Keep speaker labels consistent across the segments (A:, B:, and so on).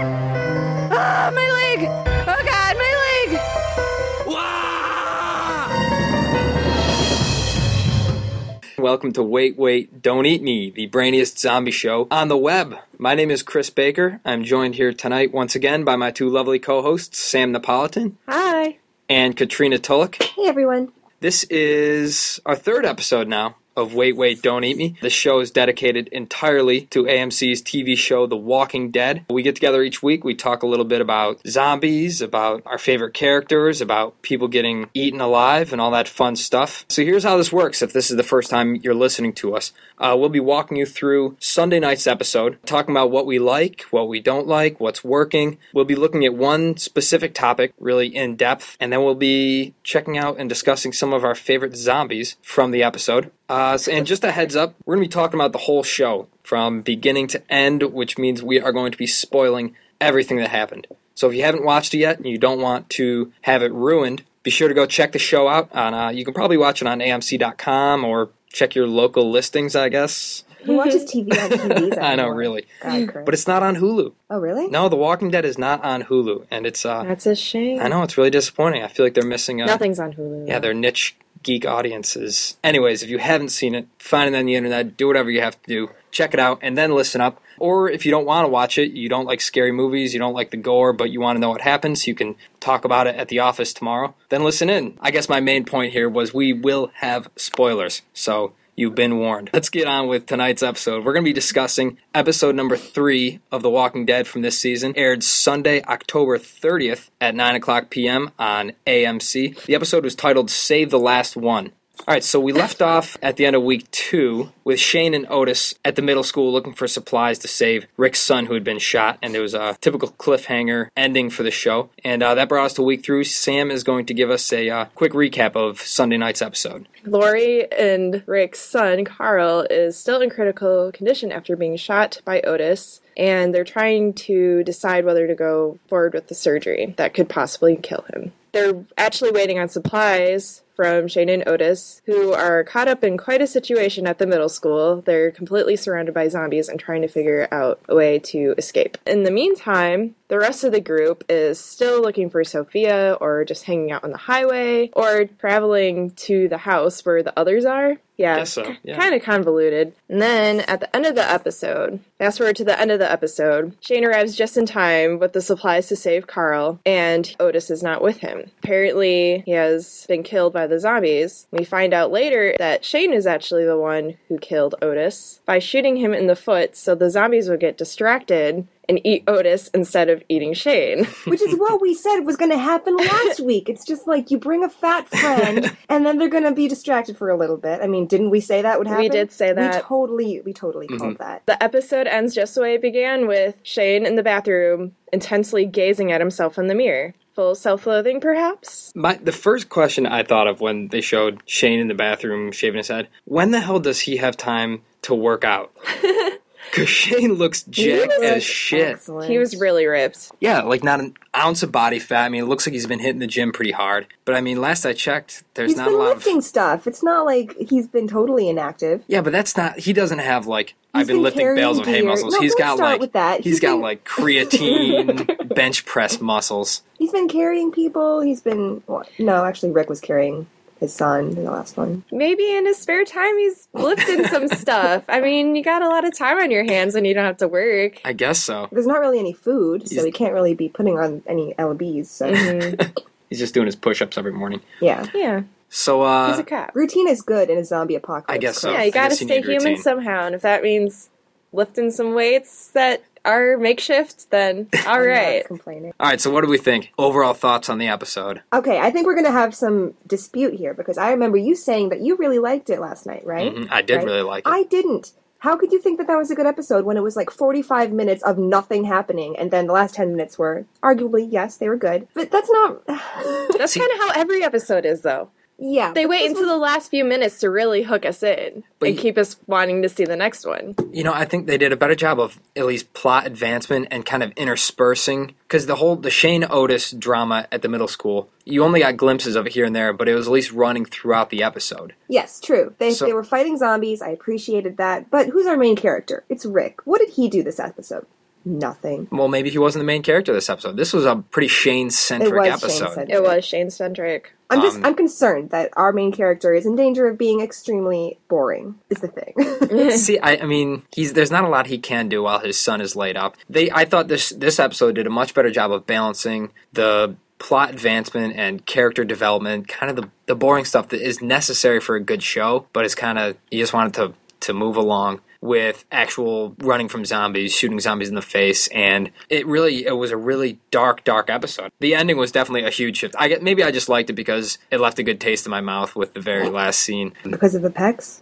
A: Ah, my leg! Oh god, my leg!
B: Welcome to Wait, Wait, Don't Eat Me, the brainiest zombie show on the web. My name is Chris Baker. I'm joined here tonight once again by my two lovely co hosts, Sam Napolitan
A: Hi.
B: and Katrina Tulloch.
A: Hey everyone.
B: This is our third episode now of Wait, Wait, Don't Eat Me. This show is dedicated entirely to AMC's TV show The Walking Dead. We get together each week, we talk a little bit about zombies, about our favorite characters, about people getting eaten alive, and all that fun stuff. So here's how this works if this is the first time you're listening to us. Uh, we'll be walking you through Sunday night's episode, talking about what we like, what we don't like, what's working. We'll be looking at one specific topic really in depth, and then we'll be checking out and discussing some of our favorite zombies from the episode. Uh, so- and just a heads up, we're going to be talking about the whole show from beginning to end, which means we are going to be spoiling everything that happened. So if you haven't watched it yet and you don't want to have it ruined, be sure to go check the show out. On uh, you can probably watch it on AMC.com or check your local listings, I guess.
C: Who watches TV on TVs?
B: I know,
C: anymore?
B: really,
C: God, Chris.
B: but it's not on Hulu.
C: oh, really?
B: No, The Walking Dead is not on Hulu, and it's uh,
A: That's a shame.
B: I know it's really disappointing. I feel like they're missing a
A: Nothing's on Hulu.
B: yeah, their niche geek audiences. Anyways, if you haven't seen it, find it on the internet, do whatever you have to do, check it out, and then listen up. Or if you don't want to watch it, you don't like scary movies, you don't like the gore, but you want to know what happens, you can talk about it at the office tomorrow, then listen in. I guess my main point here was we will have spoilers, so you've been warned. Let's get on with tonight's episode. We're going to be discussing episode number three of The Walking Dead from this season, aired Sunday, October 30th at 9 o'clock p.m. on AMC. The episode was titled Save the Last One. All right, so we left off at the end of week two with Shane and Otis at the middle school looking for supplies to save Rick's son who had been shot, and it was a typical cliffhanger ending for the show. And uh, that brought us to week three. Sam is going to give us a uh, quick recap of Sunday night's episode.
A: Lori and Rick's son, Carl, is still in critical condition after being shot by Otis, and they're trying to decide whether to go forward with the surgery that could possibly kill him. They're actually waiting on supplies from Shane and Otis, who are caught up in quite a situation at the middle school. They're completely surrounded by zombies and trying to figure out a way to escape. In the meantime, the rest of the group is still looking for Sophia or just hanging out on the highway or traveling to the house where the others are. Yeah,
B: Guess so, yeah.
A: kind of convoluted. And then at the end of the episode, fast forward to the end of the episode, Shane arrives just in time with the supplies to save Carl, and Otis is not with him. Apparently, he has been killed by the zombies. We find out later that Shane is actually the one who killed Otis by shooting him in the foot so the zombies would get distracted and eat Otis instead of eating Shane.
C: Which is what we said was going to happen last week. It's just like you bring a fat friend, and then they're going to be distracted for a little bit. I mean, didn't we say that would happen?
A: did say that.
C: We totally, we totally
B: Mm-hmm.
C: called that.
A: The episode ends just the way it began with Shane in the bathroom, intensely gazing at himself in the mirror. Full self loathing, perhaps?
B: My the first question I thought of when they showed Shane in the bathroom shaving his head, when the hell does he have time to work out? Cause Shane looks jacked
A: looks
B: as shit.
C: Excellent.
A: He was really ripped.
B: Yeah, like not an ounce of body fat. I mean, it looks like he's been hitting the gym pretty hard. But I mean, last I checked, there's
C: He's
B: not
C: been
B: a lot
C: lifting
B: of.
C: stuff. It's not like he's been totally inactive.
B: Yeah, but that's not. He doesn't have like. I've been,
C: been
B: lifting
C: carrying
B: bales of hay
C: gear.
B: muscles.
C: No,
B: he's
C: don't
B: got
C: start
B: like.
C: with that.
B: he's
C: He's
B: got
C: been-
B: like creatine bench press muscles.
C: He's been carrying people. He's been well, no, actually, Rick was carrying his son in the last one.
A: Maybe in his spare time he's lifting some stuff. I mean, you got a lot of time on your hands and you don't have to work.
B: I guess so.
C: There's not really any food,
B: He's-
C: so he can't really be putting on any lbs. So
A: Mhm.
B: He's just doing his push-ups every morning.
C: yeah,
A: Yeah,
B: So
A: he's
B: uh,
A: a cop.
C: routine is good in a zombie apocalypse.
B: I guess so.
A: Yeah,
B: I
A: you gotta
B: guess you
A: stay
B: need
A: human
B: routine.
A: somehow, and if that means lifting some weights that are makeshift, then all
C: I'm not
A: right.
C: complaining.
B: all right. So what do we think? Overall thoughts on the episode?
C: Okay, I think we're going to have some dispute here because I remember you saying that you really liked it last night, right?
B: Mhm, I did
C: Right.
B: really like it.
C: I didn't. How could you think that that was a good episode when it was like 45 minutes of nothing happening and then the last 10 minutes were arguably, yes, they were good. But that's not.
A: That's
B: See-
A: kind of how every episode is, though.
C: Yeah.
A: They wait until the last few minutes to really hook us in
B: But
A: and
B: y-
A: keep us wanting to see the next one.
B: you know, I think they did a better job of at least plot advancement and kind of interspersing because the whole the Shane Otis drama at the middle school, you only got glimpses of it here and there, but it was at least running throughout the episode.
C: Yes, true. They,
B: So-
C: they were fighting zombies. I appreciated that. But who's our main character? It's Rick. What did he do this episode? Nothing.
B: Well, maybe he wasn't the main character this episode. This was a pretty Shane
C: It
B: centric
C: was
B: episode.
C: Shane
A: It was Shane centric.
C: I'm just
B: Um,
C: I'm concerned that our main character is in danger of being extremely boring. Is the thing.
B: See, I, I mean, he's there's not a lot he can do while his son is laid up. They, I thought this this episode did a much better job of balancing the plot advancement and character development, kind of the the boring stuff that is necessary for a good show, but it's kind of you just wanted to to move along with actual running from zombies, shooting zombies in the face, and it really it was a really dark, dark episode. The ending was definitely a huge shift. I get maybe I just liked it because it left a good taste in my mouth with the very last scene.
C: because of the pecs.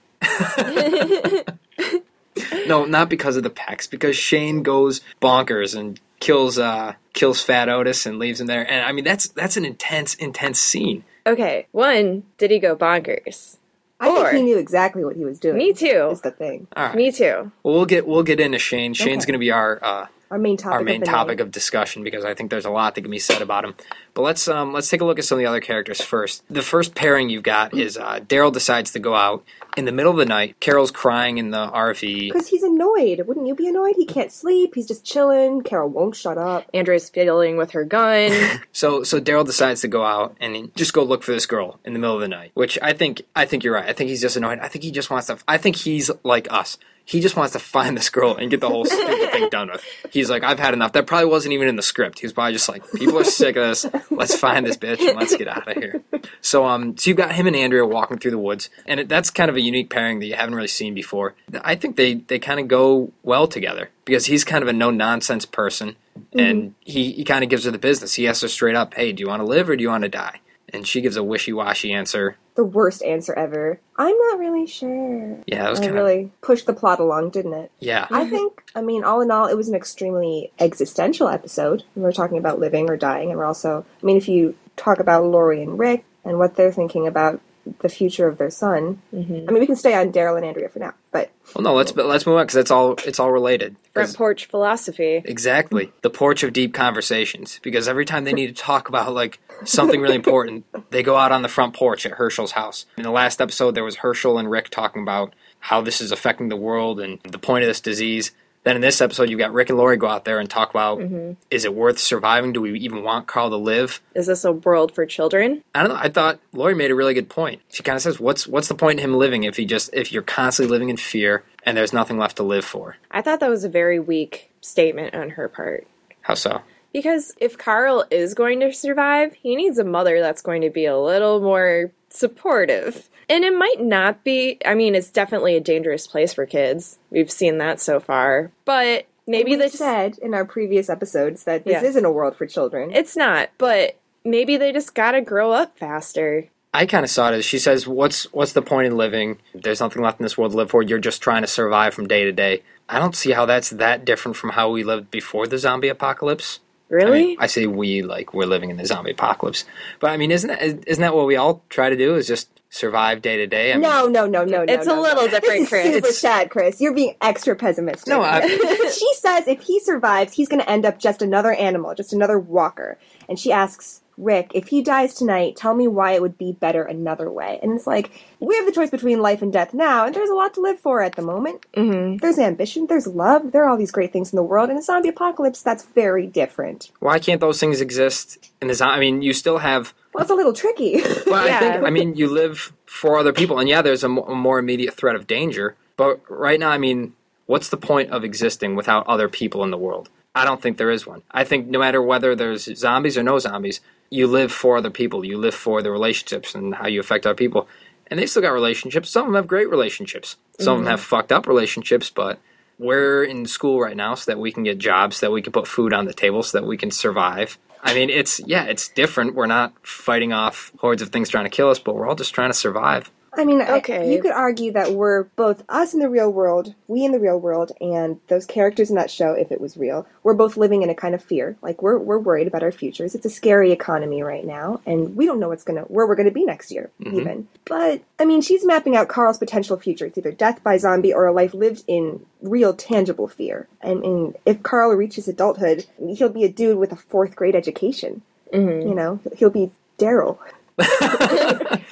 B: No, not because of the pecs. Because Shane goes bonkers and kills uh kills Fat Otis and leaves him there. And I mean that's that's an intense intense scene.
A: Okay, one, did he go bonkers?
C: I
A: Or-
C: think he knew exactly what he was doing.
A: Me too.
C: Is the thing.
B: All right,
A: Me too.
B: Well, we'll get we'll get into Shane. Shane's
C: Okay.
B: going to be our uh,
C: Our main topic.
B: our
C: of
B: main
C: the
B: topic
C: night.
B: of discussion because I think there's a lot that can be said about him. But let's um let's take a look at some of the other characters first. The first pairing you've got is uh, Daryl decides to go out in the middle of the night. Carol's crying in the RV.
C: Because he's annoyed. Wouldn't you be annoyed? He can't sleep. He's just chilling. Carol won't shut up.
A: Andrea's fiddling with her gun.
B: So so Daryl decides to go out and he- just go look for this girl in the middle of the night. Which I think I think you're right. I think he's just annoyed. I think he just wants to. I think he's like us. He just wants to find this girl and get the whole stupid thing done with. He's like, I've had enough. That probably wasn't even in the script. He was probably just like, people are sick of this. Let's find this bitch and let's get out of here. So um, so you've got him and Andrea walking through the woods, and it, that's kind of a unique pairing that you haven't really seen before. I think they they kind of go well together because he's kind of a no nonsense person,
C: Mm-hmm.
B: and he he kind of gives her the business. He asks her straight up, "Hey, do you want to live or do you want to die?" And she gives a wishy washy answer.
C: The worst answer ever. I'm not really sure.
B: Yeah, that was
C: I
B: kind of
C: Oh, really pushed the plot along, didn't it?
B: yeah.
C: I think, I mean, all in all, it was an extremely existential episode. We were talking about living or dying, and we're also, I mean, if you talk about Lori and Rick and what they're thinking about the future of their son,
A: Mm-hmm.
C: I mean, we can stay on Daryl and Andrea for now, but
B: Well, no, let's but let's move on because that's all it's all related. 'Cause-
A: Front porch philosophy.
B: Exactly. The porch of deep conversations. Because every time they need to talk about like something really important, they go out on the front porch at Herschel's house. In the last episode there was Herschel and Rick talking about how this is affecting the world and the point of this disease. Then in this episode you've got Rick and Lori go out there and talk about is it worth surviving? Do we even want Carl to live?
A: Is this a world for children?
B: I don't know. I thought Lori made a really good point. She kinda says, What's what's the point in him living if he just if you're constantly living in fear and there's nothing left to live for?
A: I thought that was a very weak statement on her part.
B: How so?
A: Because if Carl is going to survive, he needs a mother that's going to be a little more supportive. And it might not be, I mean, it's definitely a dangerous place for kids. We've seen that so far. But maybe
C: we
A: they just.
C: said in our previous episodes that this
A: Yeah.
C: isn't a world for children.
A: It's not, but maybe they just gotta grow up faster.
B: I kind of saw it as she says, "What's what's the point in living? There's nothing left in this world to live for. You're just trying to survive from day to day." I don't see how that's that different from how we lived before the zombie apocalypse. I,
A: Really?
B: mean, I say we like we're living in the zombie apocalypse, but I mean, isn't that isn't that what we all try to do? Is just survive day to day? I mean,
C: no, no, no, no, no.
A: It's a
C: no, no.
A: little different,
C: This is
A: Chris.
C: super sad, Chris. You're being extra pessimistic.
B: No, I-
C: she says if he survives, he's going to end up just another animal, just another walker. And she asks Rick, if he dies tonight, tell me why it would be better another way. And it's like we have the choice between life and death now, and there's a lot to live for at the moment. Mm-hmm. There's ambition, there's love, there are all these great things in the world. In a zombie apocalypse, that's very different.
B: Why can't those things exist in the zombie? I mean, you still have
C: Well, it's a little tricky.
B: Well, I
A: Yeah.
B: think I mean you live for other people, and yeah, there's a mo- a more immediate threat of danger. But right now, I mean, what's the point of existing without other people in the world? I don't think there is one. I think no matter whether there's zombies or no zombies, you live for other people. You live for the relationships and how you affect other people. And they still got relationships. Some of them have great relationships. Some of them have fucked up relationships. But we're in school right now so that we can get jobs, so that we can put food on the table, so that we can survive. I mean, it's yeah, it's different. We're not fighting off hordes of things trying to kill us, but we're all just trying to survive.
C: I mean, I-
A: Okay.
C: you could argue that we're both us in the real world, we in the real world, and those characters in that show, if it was real, we're both living in a kind of fear. Like we're we're worried about our futures. It's a scary economy right now, and we don't know what's gonna where we're gonna be next year, even. But I mean, she's mapping out Carl's potential future. It's either death by zombie or a life lived in real, tangible fear. I mean, if Carl reaches adulthood, he'll be a dude with a fourth grade education. You know, he'll be Daryl.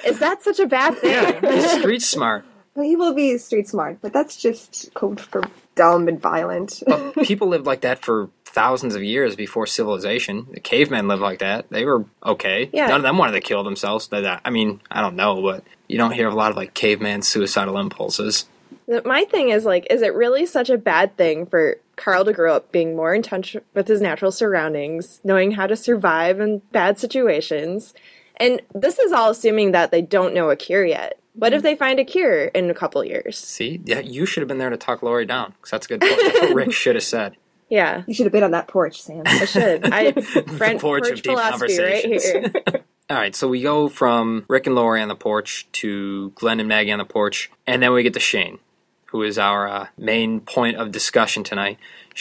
A: Is that such a bad thing?
B: Yeah, street smart.
C: Well, he will be street smart, but that's just code for dumb and violent.
B: Oh. People lived like that for thousands of years before civilization. The cavemen lived like that. They were okay.
A: Yeah.
B: None of them wanted to kill themselves. They- I mean, I don't know, but you don't hear a lot of like caveman suicidal impulses.
A: The- My thing is like, is it really such a bad thing for Carl to grow up being more in touch with his natural surroundings, knowing how to survive in bad situations? And this is all assuming that they don't know a cure yet. What
B: Mm-hmm.
A: if they find a cure in a couple years?
B: See, yeah, you should have been there to talk Lori down because that's a good point. That's what Rick should have said.
A: Yeah,
C: You should have been on that porch, Sam.
A: I should. I Brent
B: porch of
A: porch
B: deep
A: philosophy right here.
B: conversations. All right, so we go from Rick and Lori on the porch to Glenn and Maggie on the porch, and then we get to Shane, who is our uh, main point of discussion tonight.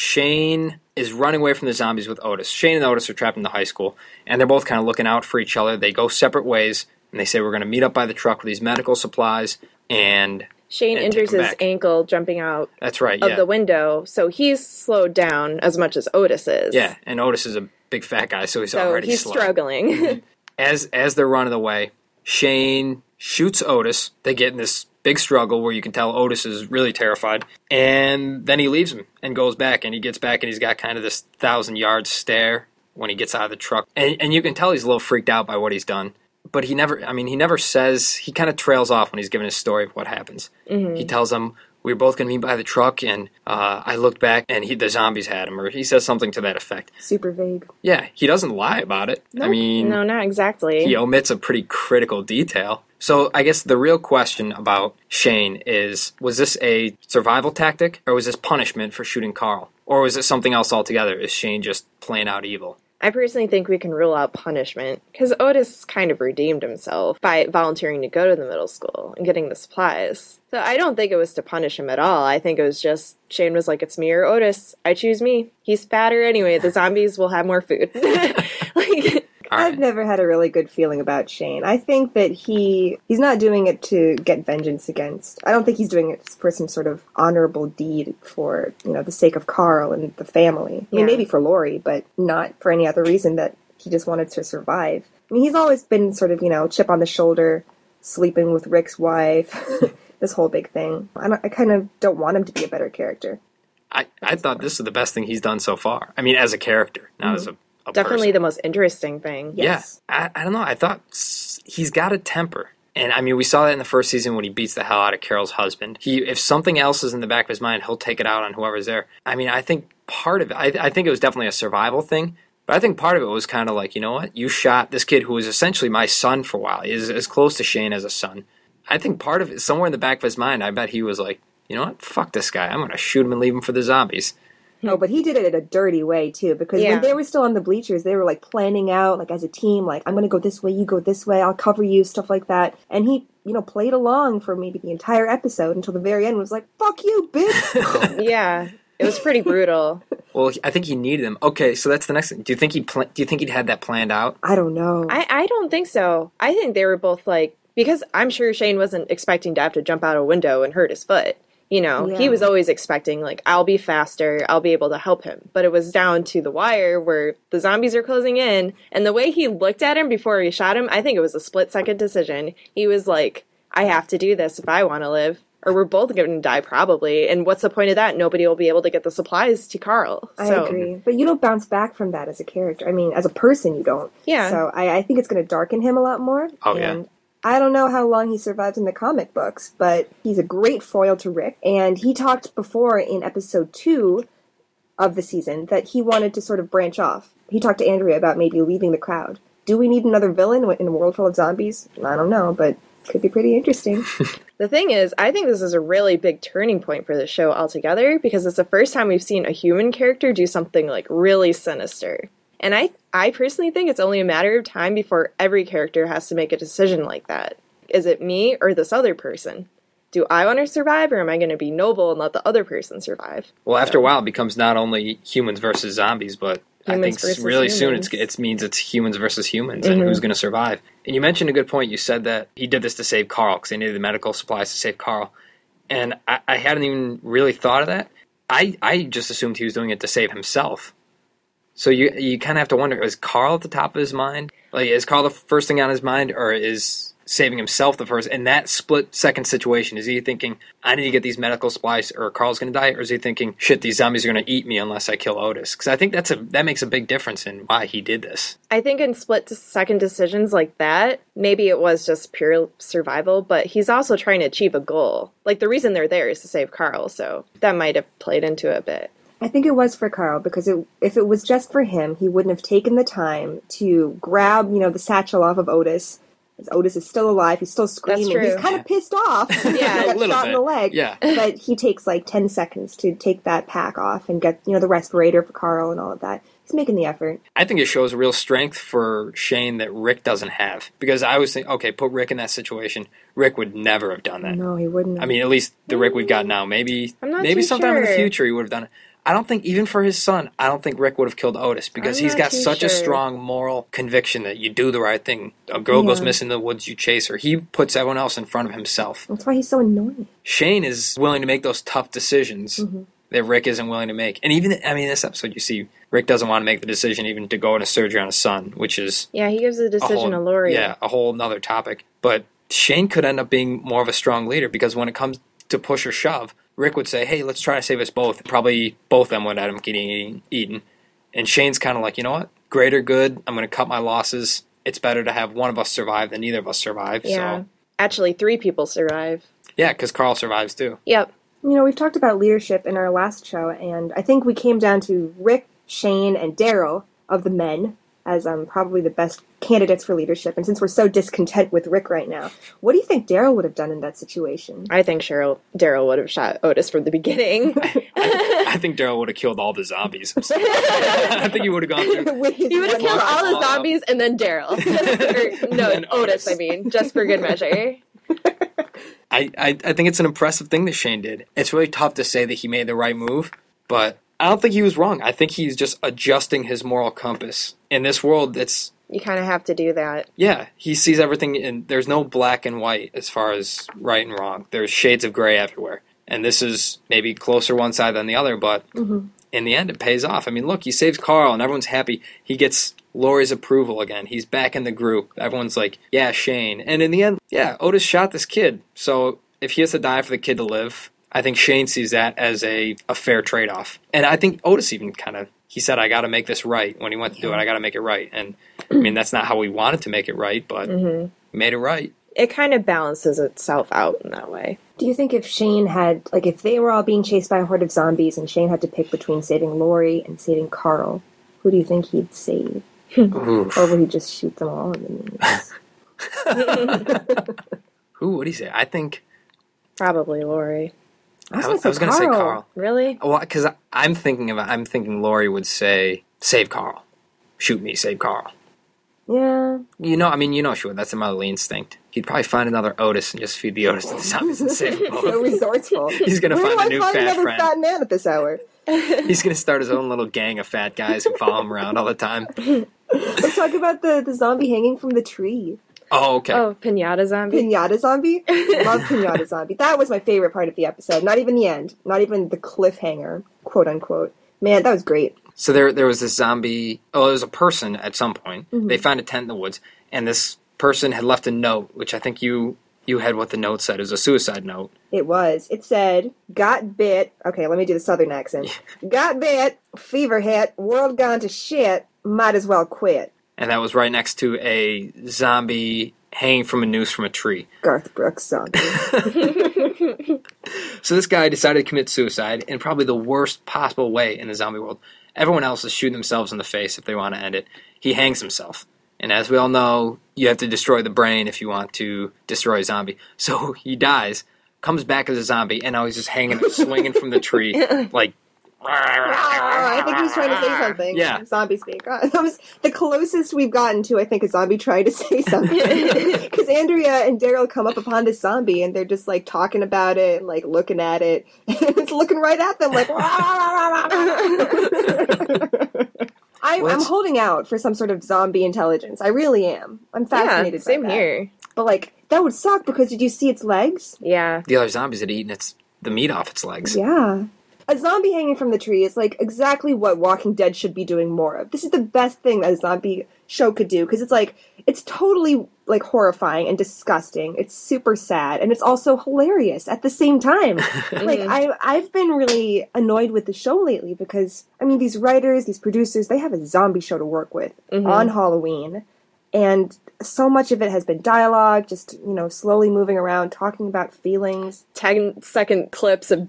B: Shane is running away from the zombies with Otis. Shane and Otis are trapped in the high school, and they're both kind of looking out for each other. They go separate ways, and they say, We're going to meet up by the truck with these medical supplies. And
A: Shane
B: And
A: injures
B: take him
A: his
B: back.
A: ankle jumping out
B: that's right,
A: of
B: yeah.
A: the window, so he's slowed down as much as Otis is.
B: yeah, and Otis is a big fat guy, so he's
A: so
B: already
A: he's
B: slow. Mm-hmm.
A: struggling.
B: as as they're running away, Shane shoots Otis. They get in this big struggle where you can tell Otis is really terrified, and then he leaves him and goes back. And he gets back, and he's got kind of this thousand yard stare when he gets out of the truck, and and you can tell he's a little freaked out by what he's done. But he never, I mean, he never says. He kind of trails off when he's giving his story of what happens. He tells them. We were both going to meet by the truck, and uh, I looked back, and he, the zombies had him, or he says something to that effect.
C: Super vague.
B: Yeah, he doesn't lie about it. I mean,
A: no, not exactly.
B: he omits a pretty critical detail. So I guess the real question about Shane is was this a survival tactic or was this punishment for shooting Carl? Or was it something else altogether? Is Shane just playing out evil?
A: I personally think we can rule out punishment because Otis kind of redeemed himself by volunteering to go to the middle school and getting the supplies. So I don't think it was to punish him at all. I think it was just Shane was like, "It's me or Otis. I choose me. He's fatter anyway. The zombies will have more food." like,
B: All
C: I've
B: right.
C: never had a really good feeling about Shane. I think that he he's not doing it to get vengeance against. I don't think he's doing it for some sort of honorable deed for you know the sake of Carl and the family. I mean,
A: Yeah.
C: maybe for Lori, but not for any other reason that he just wanted to survive. I mean, he's always been sort of you know chip on the shoulder, sleeping with Rick's wife. This whole big thing. I, don't, I kind of don't want him to be a better character.
B: I, I thought this is the best thing he's done so far. I mean, as a character, not as a, a
A: definitely
B: person.
A: the most interesting thing.
C: Yes.
B: Yeah, I, I don't know. I thought s- he's got a temper. And I mean, we saw that in the first season when he beats the hell out of Carol's husband. He, if something else is in the back of his mind, he'll take it out on whoever's there. I mean, I think part of it, I, I think it was definitely a survival thing, but I think part of it was kind of like, you know what, you shot this kid who was essentially my son for a while, He is as close to Shane as a son. I think part of it, somewhere in the back of his mind, I bet he was like, you know what, fuck this guy, I'm gonna shoot him and leave him for the zombies.
C: No, but he did it in a dirty way too, because
A: Yeah.
C: when they were still on the bleachers, they were like planning out, like as a team, like I'm gonna go this way, you go this way, I'll cover you, stuff like that. And he, you know, played along for maybe the entire episode until the very end was like, "Fuck you, bitch."
A: yeah, it was pretty brutal.
B: Well, he- I think he needed him. Okay, so that's the next thing. Do you think he pl- do you think he'd had that planned out?
C: I don't know.
A: I, I don't think so. I think they were both like because I'm sure Shane wasn't expecting to have to jump out a window and hurt his foot. You know, he
C: Yeah.
A: was always expecting like I'll be faster, I'll be able to help him. But it was down to the wire where the zombies are closing in, and the way he looked at him before he shot him, I think it was a split second decision. He was like, "I have to do this if I want to live." Or we're both going to die probably, and what's the point of that? Nobody will be able to get the supplies to Carl.
C: I
A: So,
C: agree, but you don't bounce back from that as a character. I mean, as a person, you don't.
A: Yeah.
C: So I, I think it's gonna darken him a lot more.
B: Oh, yeah.
C: And I don't know how long he survives in the comic books, but he's a great foil to Rick. And he talked before in episode two of the season that he wanted to sort of branch off. He talked to Andrea about maybe leaving the crowd. Do we need another villain in a world full of zombies? I don't know, but could be pretty interesting.
A: The thing is, I think this is a really big turning point for the show altogether because it's the first time we've seen a human character do something like really sinister. And I I personally think it's only a matter of time before every character has to make a decision like that. is it me or this other person? Do I want to survive or am I going to be noble and let the other person survive?
B: Well, after a while, it becomes not only humans versus zombies, but I
A: Humans
B: think s-
A: versus
B: really soon it's,
A: humans. Mm-hmm.
B: it means it's humans versus humans and who's going to survive. And you mentioned a good point. You said that he did this to save Carl because they needed the medical supplies to save Carl. And I, I hadn't even really thought of that. I, I just assumed he was doing it to save himself. So you you kind of have to wonder: is Carl at the top of his mind? Like, is Carl the first thing on his mind, or is saving himself the first? And that split second situation, is he thinking, "I need to get these medical supplies," or Carl's going to die, or is he thinking, "Shit, these zombies are going to eat me unless I kill Otis"? Because I think that's a that makes a big difference in why he did this.
A: I think in split second decisions like that, maybe it was just pure survival, but he's also trying to achieve a goal. Like the reason they're there is to save Carl, so that might have played into it a bit.
C: I think it was for Carl because it, if it was just for him, he wouldn't have taken the time to grab, you know, the satchel off of Otis. 'Cause Otis is still alive. He's still screaming.
A: true.
C: He's kind of pissed off. yeah, he
A: A
C: got
B: little
C: shot in the
B: bit.
C: leg.
B: Yeah.
C: but he takes like ten seconds to take that pack off and get, you know, the respirator for Carl and all of that. He's making the effort.
B: I think it shows real strength for Shane that Rick doesn't have. Because I was thinking, okay, put Rick in that situation, Rick would never have done that.
C: No, he wouldn't.
B: I mean, at least the Rick we've got now. Maybe
A: I'm not
B: maybe
A: too
B: sometime in the
A: sure.
B: future he would have done it. I don't think even for his son, I don't think Rick would have killed Otis because
A: I'm
B: he's
A: not
B: got
A: too
B: such a
A: sure.
B: strong moral conviction that you do the right thing. A girl goes missing in the woods, you chase her. He puts everyone else in front of himself.
C: that's why he's so annoying.
B: Shane is willing to make those tough decisions
A: Mm-hmm.
B: that Rick isn't willing to make. And even I mean, this episode you see Rick doesn't want to make the decision even to go into surgery on his son, which is
A: Yeah, he gives a
B: a
A: decision
B: whole-
A: to Lori.
B: Yeah, a whole nother topic. But Shane could end up being more of a strong leader because when it comes to push or shove, Rick would say, "Hey, let's try to save us both." Probably both of them would end up getting eaten. And Shane's kind of like, you know what? Greater good. I'm going to cut my losses. It's better to have one of us survive than neither of us survive.
A: Yeah.
B: So
A: Actually, three people survive.
B: yeah, because Carl survives too.
A: Yep.
C: You know, we've talked about leadership in our last show, and I think we came down to Rick, Shane, and Daryl of the men as um, probably the best candidates for leadership. And since we're so discontent with Rick right now, what do you think Daryl would have done in that situation?
A: I think Cheryl Daryl would have shot Otis from the beginning.
B: I think Daryl would have killed all the zombies. I'm sorry. I think he would have gone through.
C: With his
A: He would have
C: one-
A: killed all the
B: Lock 'em up.
A: zombies and then Daryl. Or, no,
B: then
A: Otis,
B: Otis.
A: I mean, just for good measure.
B: I, I, I think it's an impressive thing that Shane did. It's really tough to say that he made the right move, but I don't think he was wrong. I think he's just adjusting his moral compass. In this world, it's,
A: You kind of have to do that.
B: yeah, he sees everything, and there's no black and white as far as right and wrong. There's shades of gray everywhere. And this is maybe closer one side than the other, but in the end, it pays off. I mean, look, he saves Carl, and everyone's happy. He gets Lori's approval again. He's back in the group. Everyone's like, yeah, Shane. And in the end, yeah, Otis shot this kid. So if he has to die for the kid to live, I think Shane sees that as a, a fair trade off. And I think Otis even kind of, he said, I got to make this right. When he went to do it, I got to make it right. And I mean, that's not how we wanted to make it right, but made it right.
A: It kind of balances itself out in that way.
C: Do you think if Shane had, like, if they were all being chased by a horde of zombies and Shane had to pick between saving Lori and saving Carl, who do you think he'd save? or would he just shoot them all in the knees?
B: Who would he say? I think,
A: Probably Lori. Oh,
C: I
B: I was, going to say Carl.
A: Really?
B: Well, because I'm thinking about, I'm thinking Lori would say, "Save Carl, shoot me, save Carl."
C: Yeah.
B: You know, I mean, you know, she would. That's a motherly instinct. He'd probably find another Otis and just feed the Otis to the zombies and save them
C: so
B: both.
C: resourceful.
B: He's gonna
C: Where
B: find
C: do
B: a
C: I
B: new
C: find
B: fat
C: another
B: friend.
C: fat man at this hour?
B: He's gonna start his own little gang of fat guys who follow him around all the time.
C: Let's talk about the, the zombie hanging from the tree.
B: Oh, okay.
A: Oh, pinata zombie?
C: Pinata zombie. Love pinata zombie. That was my favorite part of the episode. Not even the end. Not even the cliffhanger, quote unquote. Man, that was great.
B: So there, there was this zombie. Oh, it was a person at some point. They found a tent in the woods, and this person had left a note, which I think you you had what the note said. It was a suicide note.
C: It was. It said, "Got bit." Okay, let me do the southern accent. Got bit. Fever hit. World gone to shit. Might as well quit.
B: and that was right next to a zombie hanging from a noose from a tree.
C: Garth Brooks zombie.
B: So this guy decided to commit suicide in probably the worst possible way in the zombie world. Everyone else is shooting themselves in the face if they want to end it. He hangs himself. And as we all know, you have to destroy the brain if you want to destroy a zombie. So he dies, comes back as a zombie, and now he's just hanging, swinging from the tree, like
C: Oh, I think he was trying to say something.
B: Yeah.
C: Zombie speak. God, that was the closest we've gotten to, I think, a zombie trying to say something. Because Andrea and Daryl come up upon this zombie and they're just like talking about it, like looking at it. And it's looking right at them, like. I, I'm
B: What's-
C: holding out for some sort of zombie intelligence. I really am. I'm fascinated.
A: Yeah,
C: by
A: same
C: that.
A: here.
C: But like, that would suck because did you see its legs?
A: Yeah.
B: The other zombies had eaten its the meat off its legs.
C: Yeah. A zombie hanging from the tree is like exactly what Walking Dead should be doing more of. This is the best thing that a zombie show could do because it's like it's totally like horrifying and disgusting. It's super sad and it's also hilarious at the same time. like I I've been really annoyed with the show lately because I mean these writers, these producers, they have a zombie show to work with on Halloween and so much of it has been dialogue, just, you know, slowly moving around talking about feelings.
A: Ten second clips of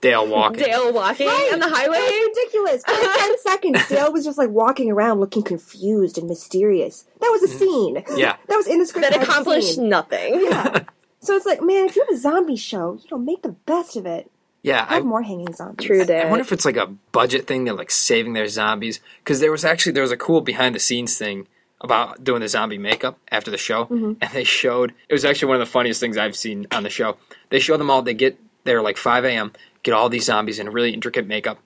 B: Dale walking.
A: Dale walking on the highway.
C: It's ridiculous. For like ten seconds, Dale was just like walking around, looking confused and mysterious. That was a scene.
B: Mm. Yeah.
C: that was in the script.
A: That
C: as a
A: accomplished
C: scene.
A: nothing.
C: Yeah. So it's like, man, if you have a zombie show, you know, make the best of it.
B: Yeah,
C: Have
B: I,
C: more hanging zombies.
A: True that.
B: I wonder if it's like a budget thing. They're like saving their zombies because there was actually there was a cool behind the scenes thing about doing the zombie makeup after the show, and they showed it was actually one of the funniest things I've seen on the show. They show them all. They get there like five a.m. Get all these zombies in really intricate makeup,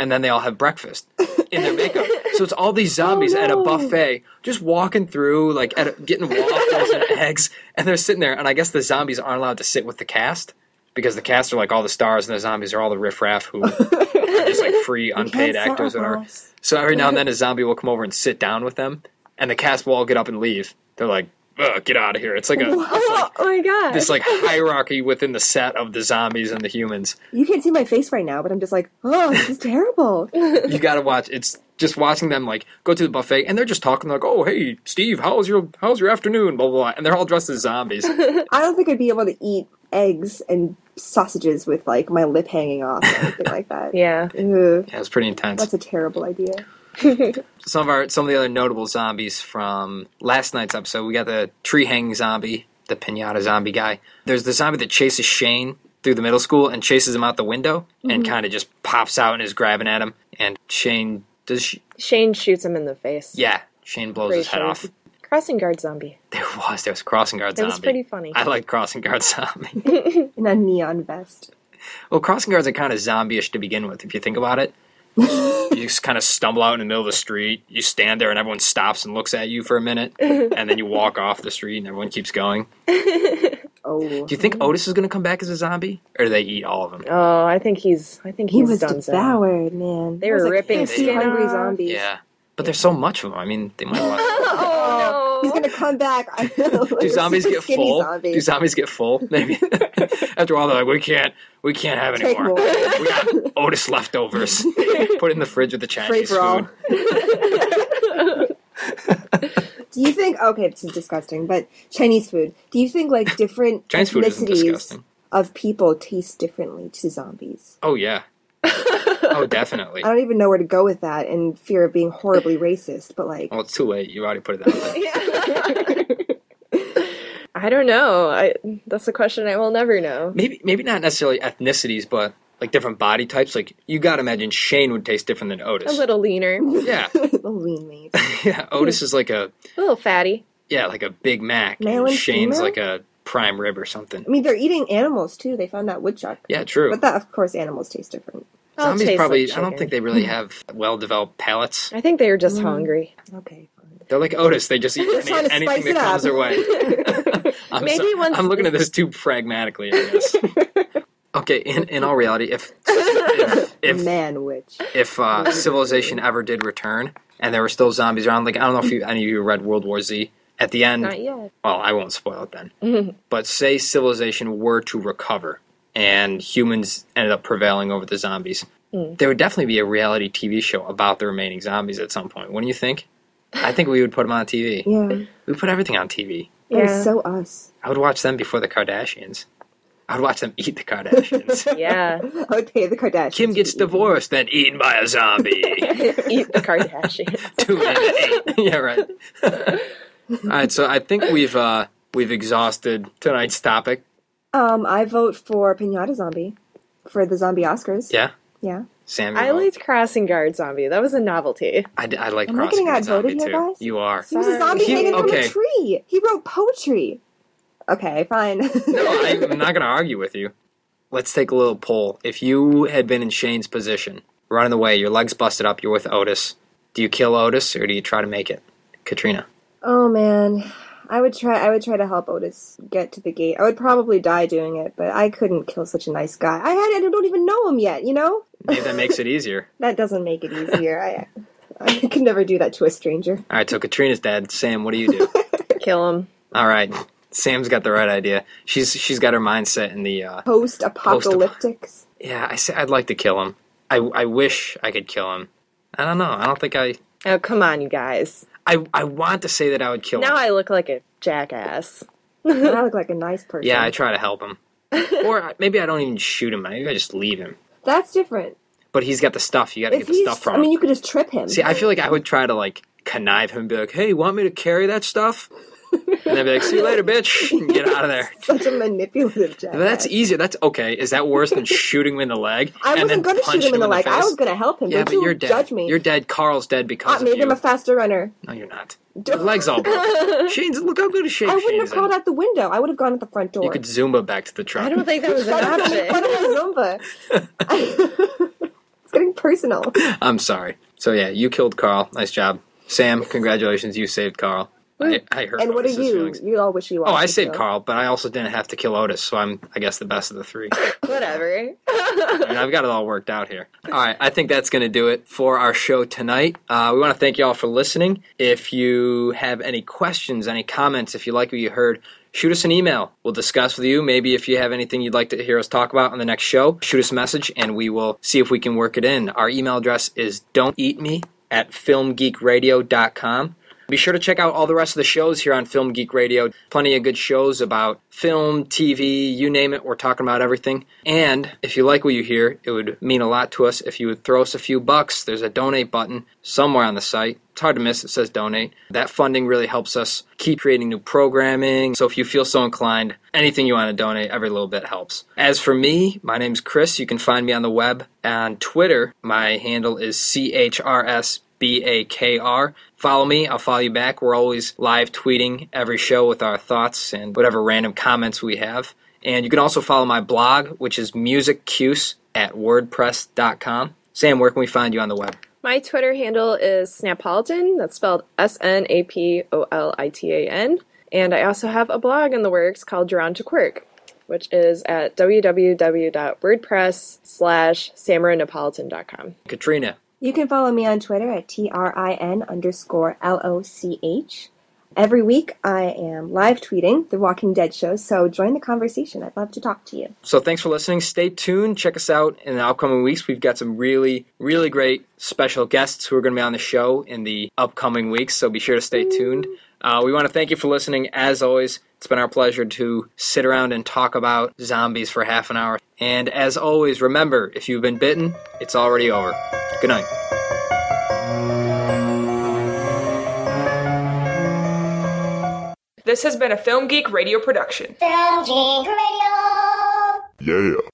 B: and then they all have breakfast in their makeup. so it's all these zombies at a buffet just walking through like at a, getting waffles and eggs, and they're sitting there. And I guess the zombies aren't allowed to sit with the cast. Because the cast are like all the stars and the zombies are all the riffraff who they're just like free unpaid
C: can't
B: actors
C: stop
B: that are.
C: us.
B: So every now and then a zombie will come over and sit down with them, and the cast will all get up and leave. They're like, Ugh, "Get out of here!" It's like a
A: Oh, oh my god.
B: this like hierarchy within the set of the zombies and the humans.
C: You can't see my face right now, but I'm just like, oh, this is terrible.
B: You got to watch. It's just watching them like go to the buffet, and they're just talking like, "Oh, hey, Steve, how's your how's your afternoon?" Blah blah, blah. and they're all dressed as zombies.
C: I don't think I'd be able to eat eggs and sausages with like my lip hanging off or anything like that.
A: yeah.
C: Ugh,
B: Yeah, it's pretty intense.
C: that's a terrible idea.
B: some of our some of the other notable zombies from last night's episode. We got the tree hanging zombie, the pinata zombie guy. There's the zombie that chases Shane through the middle school and chases him out the window and
A: Mm-hmm.
B: kind of just pops out and is grabbing at him. And Shane does, she,
A: Shane shoots him in the face.
B: yeah, Shane blows his head
A: Pretty
B: off.
A: sure. Crossing guard zombie.
B: There was there was crossing guard
A: It
B: zombie.
A: was pretty funny.
B: I like crossing guard zombie.
C: In a neon vest.
B: well, crossing guards are kind of zombie-ish to begin with if you think about it. you just kind of stumble out in the middle of the street. You stand there, and everyone stops and looks at you for a minute, and then you walk off the street, and everyone keeps going.
C: Oh.
B: Do you think Otis is going to come back as a zombie, or do they eat all of them?
A: Oh, I think he's. I think he's
C: He was
A: done so.
C: devoured, man.
A: They
C: It
A: were
C: was like
A: ripping
C: 50
B: skin
C: hungry
A: off.
C: zombies.
B: Yeah, but there's so much of them. I mean, they might. Want...
A: Oh
C: He's gonna come back. I know.
B: Do zombies get
C: skinny
B: full?
C: Zombie.
B: Do zombies get full? Maybe. After all, they're like, we can't, we can't have any
C: Take
B: more.
C: more.
B: We got Otis leftovers. Put it in the fridge with the
C: Free
B: Chinese
C: for all.
B: food.
C: Do you think? Okay, this is disgusting, but Chinese food. Do you think like different
B: Chinese food isn't
C: ethnicities
B: disgusting.
C: of people taste differently to zombies?
B: Oh yeah. Oh, definitely.
C: I don't even know where to go with that in fear of being horribly racist. But like,
B: Well, it's too late. You already put it out there.
A: I don't know. I, that's a question I will never know.
B: maybe maybe not necessarily ethnicities, but like different body types. Like you got to imagine Shane would taste different than
A: A
B: Otis.
A: little leaner, a
B: Yeah,
C: the lean meat.
B: yeah. Otis is like a
A: little fatty.
B: yeah, like a Big Mac.
C: Male and
B: Shane's
C: female?
B: like a prime rib or something.
C: I mean, they're eating animals too. They found that woodchuck.
B: Yeah, true.
C: But that, of course, animals taste different.
A: I'll
B: Zombies
A: taste
B: probably.
A: like
B: I don't
A: chicken.
B: think they really have well-developed palates.
A: I think they were just
C: Mm.
A: hungry.
C: Okay. fine.
B: They're like Otis. They just eat any,
C: trying to
B: anything
C: spice
B: that
C: it up.
B: comes their way. I'm
A: Maybe once-
B: I'm looking at this too pragmatically. I guess. okay. In in all reality, if if if,
C: Man, witch.
B: if uh, civilization ever did return and there were still zombies around, like I don't know if you, any of you read World War Z. At the end,
A: Not yet.
B: well, I won't spoil it then. But say civilization were to recover and humans ended up prevailing over the zombies,
A: Mm.
B: there would definitely be a reality TV show about the remaining zombies at some point. Wouldn't you think? I think we would put them on TV.
C: Yeah. That
B: We put everything on TV.
C: was
A: Yeah.
C: so us.
B: I would watch them before the Kardashians. I would watch them eat the Kardashians.
A: Yeah,
C: I would pay the Kardashians.
B: Kim gets
C: to eat.
B: divorced, then eaten by a zombie.
A: eat the Kardashians.
B: Two men ate. yeah, right. All right, so I think we've uh, we've exhausted tonight's topic.
C: Um, I vote for Pinata Zombie for the Zombie Oscars.
B: Yeah.
C: Yeah.
B: Samuel.
A: I liked crossing guard zombie. That was a novelty.
B: I, d- I like
C: Am I getting
B: crossing guard
C: outvoted
B: zombie
C: here,
B: too.
C: guys?
B: You are.
C: He was a
A: Sorry.
C: zombie
B: He-
C: hanging from
B: okay.
C: a tree. He wrote poetry. Okay, fine.
B: No, I'm not going to argue with you. Let's take a little poll. If you had been in Shane's position, running away, your legs busted up, you're with Otis. Do you kill Otis or do you try to make it, Katrina?
C: oh man, I would try. I would try to help Otis get to the gate. I would probably die doing it, but I couldn't kill such a nice guy. I had. I don't even know him yet. You know,
B: Maybe that makes it easier.
C: that doesn't make it easier. I. I could never do that to a stranger.
B: All right, so Katrina's dead. Sam, what do you do?
A: Kill him.
B: All right, Sam's got the right idea. She's she's got her mindset in the. Uh,
C: Post apocalyptics.
B: yeah, I say I'd like to kill him. I I wish I could kill him. I don't know. I don't think I.
A: Oh, come on, you guys.
B: I, I want to say that I would kill
A: Now
B: him.
A: I look like a jackass.
C: I look like a nice person.
B: yeah, I try to help him, or I- maybe I don't even shoot him. Maybe I just leave him.
C: that's different.
B: But he's got the stuff. You got to
C: If
B: get the
C: he's,
B: stuff from
C: I
B: him.
C: mean, you could just trip him.
B: See, I feel like I would try to like connive him and be like, "Hey, you want me to carry that stuff?" And I'd be like, "See you later, bitch," and get out of there.
C: such a manipulative jackass.
B: But that's easier. That's okay. Is that worse than shooting him in the leg?
C: I
B: and
C: wasn't
B: then
C: going to shoot
B: punch
C: him in the leg. I
B: face?
C: was going to help him.
B: Yeah,
C: Don't
B: but
C: you
B: you're dead.
C: judge me.
B: You're dead. Carl's dead
C: I
B: because of
C: made
B: you.
C: him a faster runner.
B: no, you're not. Your
C: Don't-
B: legs all broke. Shane's. Look how good a shape
C: I wouldn't
B: Shane's
C: have crawled
B: in.
C: out the window. I would have gone at the front door.
B: You could Zumba back to the truck.
A: I don't think that was an
C: Why don't you- why
A: option.
C: don't you Zumba? it's getting personal.
B: I'm sorry. So yeah, you killed Carl. Nice job, Sam. Congratulations, you saved Carl. I, I hurt.
C: And what are
B: Otis's
C: you?
B: feelings.
C: You all wish you.
B: Oh, I saved Carl, but I also didn't have to kill Otis, so I'm, I guess, the best of the three.
A: Whatever.
B: and I've got it all worked out here. All right, I think that's going to do it for our show tonight. Uh, we want to thank you all for listening. If you have any questions, any comments, if you like what you heard, shoot us an email. We'll discuss with you. Maybe if you have anything you'd like to hear us talk about on the next show, shoot us a message and we will see if we can work it in. Our email address is don't eat me at filmgeekradio.com. Be sure to check out all the rest of the shows here on Film Geek Radio. Plenty of good shows about film, TV, you name it. We're talking about everything. And if you like what you hear, it would mean a lot to us if you would throw us a few bucks. There's a donate button somewhere on the site. It's hard to miss. It says donate. That funding really helps us keep creating new programming. So if you feel so inclined, anything you want to donate, every little bit helps. As for me, my name's Chris. You can find me on the web. On Twitter, my handle is CHRS. B A K R. Follow me, I'll follow you back. We're always live tweeting every show with our thoughts and whatever random comments we have. And you can also follow my blog, which is musiccuse at wordpress.com. Sam, where can we find you on the web?
A: My Twitter handle is Snapolitan. That's spelled S N A P O L I T A N. And I also have a blog in the works called Drawn to Quirk, which is at www.wordpress slash samuranapolitan.com.
B: Katrina.
C: You can follow me on Twitter at T R I N underscore L O C H. Every week I am live tweeting The Walking Dead show, so join the conversation. I'd love to talk to you.
B: So thanks for listening. Stay tuned. Check us out in the upcoming weeks. We've got some really, really great special guests who are going to be on the show in the upcoming weeks. So be sure to stay tuned. Uh, we want to thank you for listening. As always, it's been our pleasure to sit around and talk about zombies for half an hour. And as always, remember if you've been bitten, it's already over. Good night.
D: This has been a Film Geek Radio production.
E: Film Geek Radio.
F: Yeah.